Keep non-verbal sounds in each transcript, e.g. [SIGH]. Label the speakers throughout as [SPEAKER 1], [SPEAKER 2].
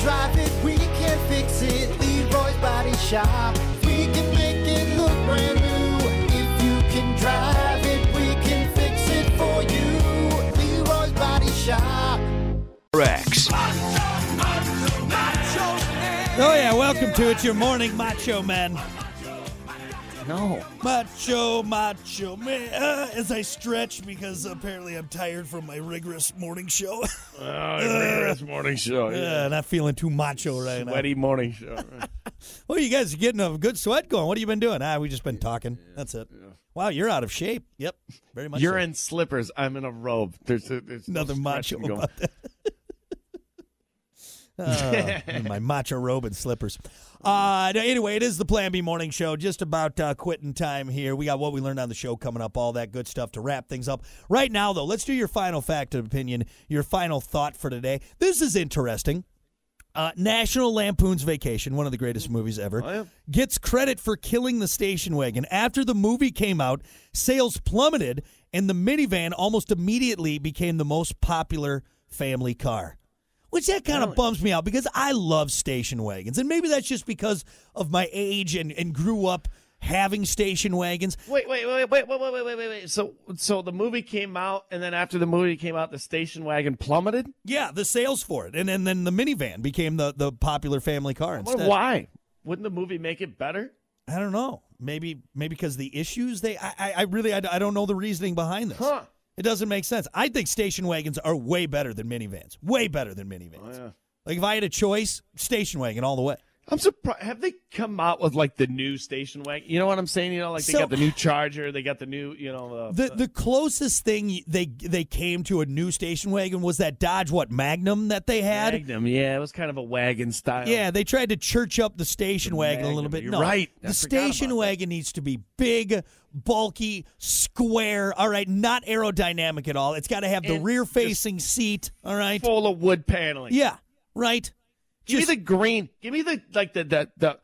[SPEAKER 1] drive it, we can fix it. Leroy's Body Shop. We can make it look brand new. If you can drive it, we can fix it for you. Leroy's Body Shop.
[SPEAKER 2] Rex.
[SPEAKER 3] Oh yeah, welcome to it. Your morning, macho man.
[SPEAKER 4] No.
[SPEAKER 3] Macho, macho man. Uh, as I stretch because apparently I'm tired from my rigorous morning show. [LAUGHS]
[SPEAKER 5] this morning [LAUGHS] show.
[SPEAKER 3] uh, not feeling too macho right
[SPEAKER 5] Sweaty morning show.
[SPEAKER 3] now. Well, you guys are getting a good sweat going. What have you been doing? Ah, we just been talking. That's it. Wow, you're out of shape. Yep, very much.
[SPEAKER 5] You're
[SPEAKER 3] so.
[SPEAKER 5] in slippers. I'm in a robe. There's, a, there's no
[SPEAKER 3] Nothing macho
[SPEAKER 5] stretching going.
[SPEAKER 3] about that. Uh, [LAUGHS] in my macho robe and slippers. Uh, no, anyway, it is the Plan B Morning Show. Just about uh, quitting time here. We got what we learned on the show coming up, all that good stuff to wrap things up. Right now, though, let's do your final fact and opinion, your final thought for today. This is interesting. Uh, National Lampoon's Vacation, one of the greatest movies ever, gets credit for killing the station wagon. After the movie came out, sales plummeted, and the minivan almost immediately became the most popular family car. Which that kind of bums me out because I love station wagons. And maybe that's just because of my age and, and grew up having station wagons.
[SPEAKER 5] Wait, wait, wait, wait, wait, wait, wait, wait, wait, wait. So, so the movie came out, and then after the movie came out, the station wagon plummeted.
[SPEAKER 3] Yeah, the sales for it. And, and then the minivan became the, the popular family car
[SPEAKER 5] I wonder
[SPEAKER 3] instead.
[SPEAKER 5] why? Wouldn't the movie make it better?
[SPEAKER 3] I don't know. Maybe maybe because the issues they I I, I really I, I don't know the reasoning behind this.
[SPEAKER 5] Huh.
[SPEAKER 3] It doesn't make sense. I think station wagons are way better than minivans. Way better than minivans. Like if I had a choice, station wagon all the way.
[SPEAKER 5] I'm surprised. Have they come out with like the new station wagon? You know what I'm saying? You know, like they
[SPEAKER 3] So-
[SPEAKER 5] got the new Charger, they got the new, you know, uh,
[SPEAKER 3] The the closest thing they they came to a new station wagon was that Dodge what Magnum that they had.
[SPEAKER 5] Magnum. Yeah, it was kind of a wagon style.
[SPEAKER 3] Yeah, they tried to church up the station wagon a little
[SPEAKER 5] Magnum,
[SPEAKER 3] bit.
[SPEAKER 5] you're
[SPEAKER 3] no,
[SPEAKER 5] right. I
[SPEAKER 3] The
[SPEAKER 5] forgot about
[SPEAKER 3] station
[SPEAKER 5] that.
[SPEAKER 3] wagon needs to be big, bulky, square. All right, not aerodynamic at all. It's got to have the
[SPEAKER 5] And
[SPEAKER 3] rear-facing seat. All right.
[SPEAKER 5] full of wood paneling.
[SPEAKER 3] Yeah. Right.
[SPEAKER 5] Give
[SPEAKER 3] Just-
[SPEAKER 5] me the green. Give me the like the the the,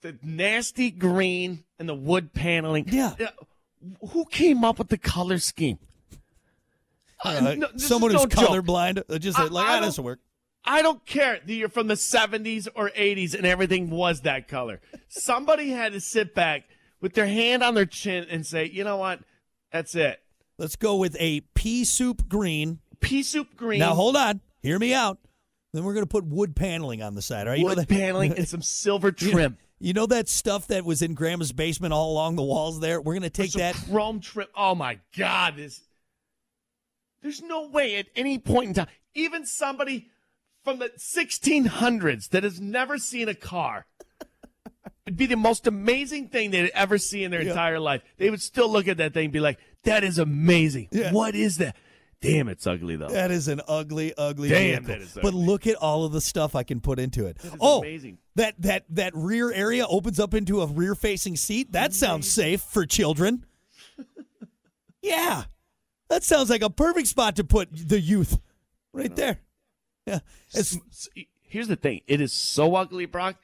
[SPEAKER 5] the nasty green and the wood paneling.
[SPEAKER 3] Yeah.
[SPEAKER 5] Uh, Who came up with the color scheme?
[SPEAKER 3] Uh,
[SPEAKER 5] no, this
[SPEAKER 3] someone
[SPEAKER 5] is
[SPEAKER 3] who's
[SPEAKER 5] no joke.
[SPEAKER 3] colorblind, uh, just
[SPEAKER 5] I-
[SPEAKER 3] like
[SPEAKER 5] I
[SPEAKER 3] ah,
[SPEAKER 5] don't-
[SPEAKER 3] this will work.
[SPEAKER 5] I don't care that you're from the 70s or 80s and everything was that color. Somebody had to sit back with their hand on their chin and say, you know what? That's it.
[SPEAKER 3] Let's go with a pea soup green.
[SPEAKER 5] Pea soup green.
[SPEAKER 3] Now hold on, hear me out. Then we're gonna put wood paneling on the side. All right,
[SPEAKER 5] wood
[SPEAKER 3] you know that,
[SPEAKER 5] paneling and some
[SPEAKER 3] [LAUGHS]
[SPEAKER 5] silver trim.
[SPEAKER 3] You know that stuff that was in Grandma's basement all along the walls there. We're gonna take
[SPEAKER 5] Some
[SPEAKER 3] that.
[SPEAKER 5] chrome trim. Oh my God! This. There's no way at any point in time, even somebody from the 1600s that has never seen a car, it'd be the most amazing thing they'd ever see in their entire life. They would still look at that thing and be like, "That is amazing.
[SPEAKER 3] Yeah.
[SPEAKER 5] What is that? Damn, it's ugly though.
[SPEAKER 3] That is an ugly, ugly
[SPEAKER 5] Damn,
[SPEAKER 3] vehicle.
[SPEAKER 5] that is
[SPEAKER 3] But
[SPEAKER 5] ugly.
[SPEAKER 3] look at all of the stuff I can put into it. oh,
[SPEAKER 5] amazing.
[SPEAKER 3] that that that rear area opens up into a rear-facing seat. That sounds safe
[SPEAKER 5] [LAUGHS]
[SPEAKER 3] for children. yeah, that sounds like a perfect spot to put the youth, right there. Yeah, it's,
[SPEAKER 5] S- s- Here's the thing: it is so ugly, Brock,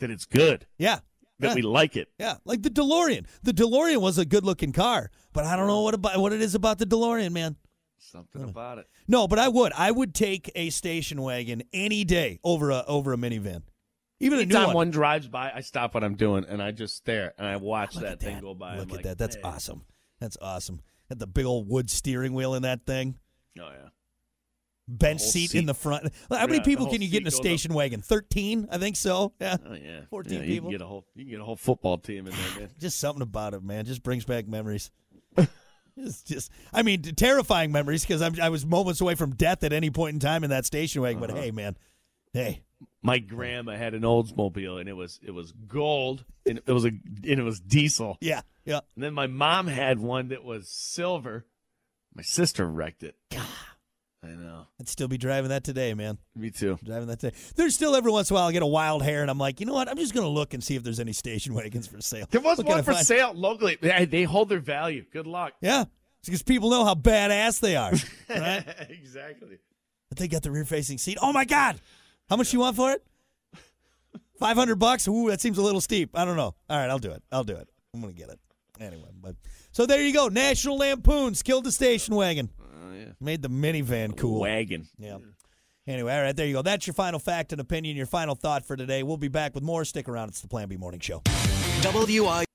[SPEAKER 5] that it's good
[SPEAKER 3] yeah.
[SPEAKER 5] that
[SPEAKER 3] yeah.
[SPEAKER 5] we like it.
[SPEAKER 3] Yeah, like the DeLorean. The DeLorean was a good-looking car, but I don't know what about what it is about the DeLorean, man.
[SPEAKER 5] Something about it.
[SPEAKER 3] No, but I would. I would take a station wagon any day over a over a minivan, even a new
[SPEAKER 5] Anytime
[SPEAKER 3] one.
[SPEAKER 5] one drives by, I stop what I'm doing and I just stare and I watch
[SPEAKER 3] Look
[SPEAKER 5] that
[SPEAKER 3] at
[SPEAKER 5] thing go by. I'm
[SPEAKER 3] Look at
[SPEAKER 5] like,
[SPEAKER 3] that. That's
[SPEAKER 5] "Hey."
[SPEAKER 3] awesome. That's awesome. Had the big old wood steering wheel in that thing.
[SPEAKER 5] Oh yeah.
[SPEAKER 3] Bench
[SPEAKER 5] whole
[SPEAKER 3] seat,
[SPEAKER 5] seat.
[SPEAKER 3] in the front. How many
[SPEAKER 5] Yeah, the
[SPEAKER 3] people
[SPEAKER 5] whole
[SPEAKER 3] can you get in a
[SPEAKER 5] seat goes up.
[SPEAKER 3] station wagon? Thirteen, I think so. Yeah.
[SPEAKER 5] Oh yeah.
[SPEAKER 3] 14
[SPEAKER 5] Yeah,
[SPEAKER 3] people.
[SPEAKER 5] You can get a whole you can get a whole football team in there, man.
[SPEAKER 3] Just something about it, man. Just brings back
[SPEAKER 5] [LAUGHS]
[SPEAKER 3] memories. It's just, I mean, terrifying memories because I was moments away from death at any point in time in that station wagon.
[SPEAKER 5] Uh-huh.
[SPEAKER 3] But hey, man, hey, [LAUGHS]
[SPEAKER 5] My grandma had an Oldsmobile and it was it was gold and it was a and it was diesel.
[SPEAKER 3] yeah, yeah.
[SPEAKER 5] And then my mom had one that was silver. My sister wrecked it. I know.
[SPEAKER 3] I'd still be driving that today, man.
[SPEAKER 5] Me too.
[SPEAKER 3] driving that today. There's still every once in a while I get a wild hair, and I'm like, you know what? I'm just gonna look and see if there's any station [LAUGHS] wagons for sale.
[SPEAKER 5] There was
[SPEAKER 3] What can I
[SPEAKER 5] one for
[SPEAKER 3] find?
[SPEAKER 5] sale locally. They, they hold their value. Good luck.
[SPEAKER 3] Yeah, because people know how badass they are. [LAUGHS] right?
[SPEAKER 5] [LAUGHS] exactly.
[SPEAKER 3] But they got the rear-facing seat. Oh my god! How much you want for it? Five hundred bucks. Ooh, that seems a little steep. I don't know. All right, I'll do it. I'll do it. I'm gonna get it anyway. But so there you go. National Lampoons killed the station wagon. Made the minivan cool.
[SPEAKER 5] Wagon.
[SPEAKER 3] Yeah. Anyway, all right, there you go. That's your final fact and opinion, your final thought for today. We'll be back with more. Stick around. It's the Plan B Morning Show.
[SPEAKER 2] WIP